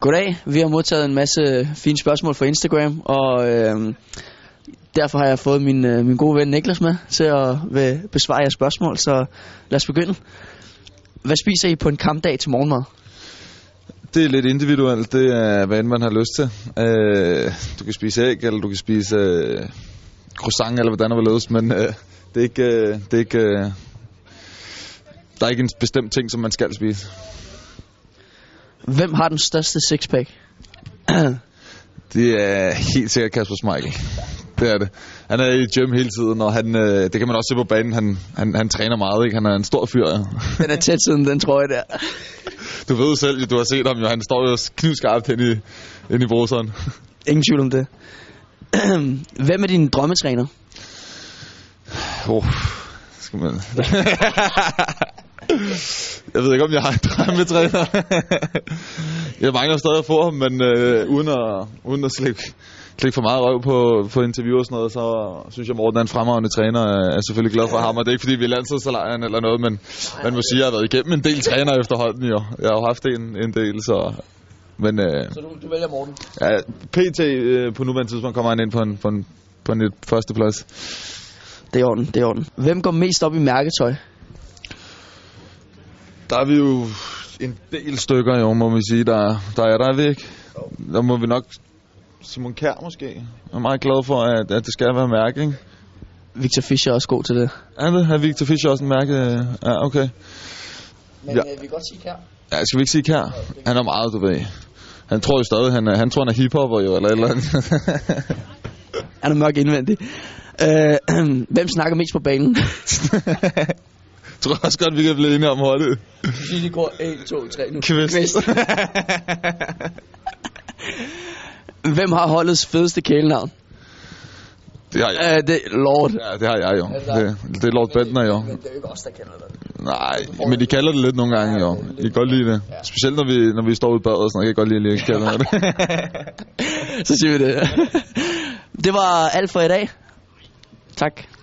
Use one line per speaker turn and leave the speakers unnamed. Goddag. Vi har modtaget en masse fine spørgsmål fra Instagram, og øh, derfor har jeg fået min, øh, min gode ven Niklas med til at øh, besvare jeres spørgsmål, så lad os begynde. Hvad spiser I på en kampdag til morgenmad?
Det er lidt individuelt, det er hvad end man har lyst til. Øh, du kan spise æg, eller du kan spise øh, croissant, eller hvordan det var løst, men øh, det er ikke, øh, det er ikke, øh, der er ikke en bestemt ting, som man skal spise.
Hvem har den største sixpack?
Det er helt sikkert Kasper Schmeichel. Det er det. Han er i gym hele tiden, og han, øh, det kan man også se på banen. Han, han, han træner meget, ikke? Han er en stor fyr. Ja.
Den er tæt siden den trøje der.
Du ved jo selv, du har set ham jo. Han står jo knivskarpt inde i, inde i bruseren.
Ingen tvivl om det. Hvem er din drømmetræner?
Oh, skal man... jeg ved ikke, om jeg har en drømmetræner. jeg mangler stadig at få ham, men øh, uden at, uden at slikke, slikke for meget røv på, på interview og sådan noget, så synes jeg, Morten er en fremragende træner. Jeg er selvfølgelig glad for ham, og det er ikke, fordi vi er landsholdslejren eller noget, men man må sige, at jeg har været igennem en del træner efterhånden. Jo. Jeg har jo haft en, en del, så... Men øh,
Så du, du vælger Morten.
ja, PT øh, på nuværende tidspunkt kommer han ind på en, på en, på en lidt førsteplads.
Det er i orden, det er i orden. Hvem går mest op i mærketøj?
Der er vi jo en del stykker, jo, må vi sige, der, der er der er vi ikke. Der må vi nok... Simon Kær måske. Jeg er meget glad for, at, at det skal være mærke, ikke?
Victor Fischer er også god til det.
Er det? Har Victor Fischer også en mærke? Ja, okay.
Men
Ja.
øh, vi kan godt sige her.
Ja, skal vi ikke sige Kær? Han er meget, du ved. Han tror jo stadig, han, er, han tror, han er hiphopper jo, eller et eller andet.
Han er mørk indvendig. Øh, hvem snakker mest på banen?
Jeg tror også godt, vi kan blive enige om holdet.
Sige, de går 1, 2, 3 nu.
Kvist. Kvist.
Hvem har holdets fedeste kælenavn?
Det har jeg.
Øh, det Lord.
Ja, det har jeg jo. Det, det er Lord Bentner jo.
det er jo ikke os, der kender det.
Nej, men de kalder det lidt nogle gange, jo. Jeg kan godt lide det. Specielt når vi, når vi står ude i badet og sådan noget. Jeg kan godt lide, at de kalder det.
Så siger vi det. det var alt for i dag. Tak.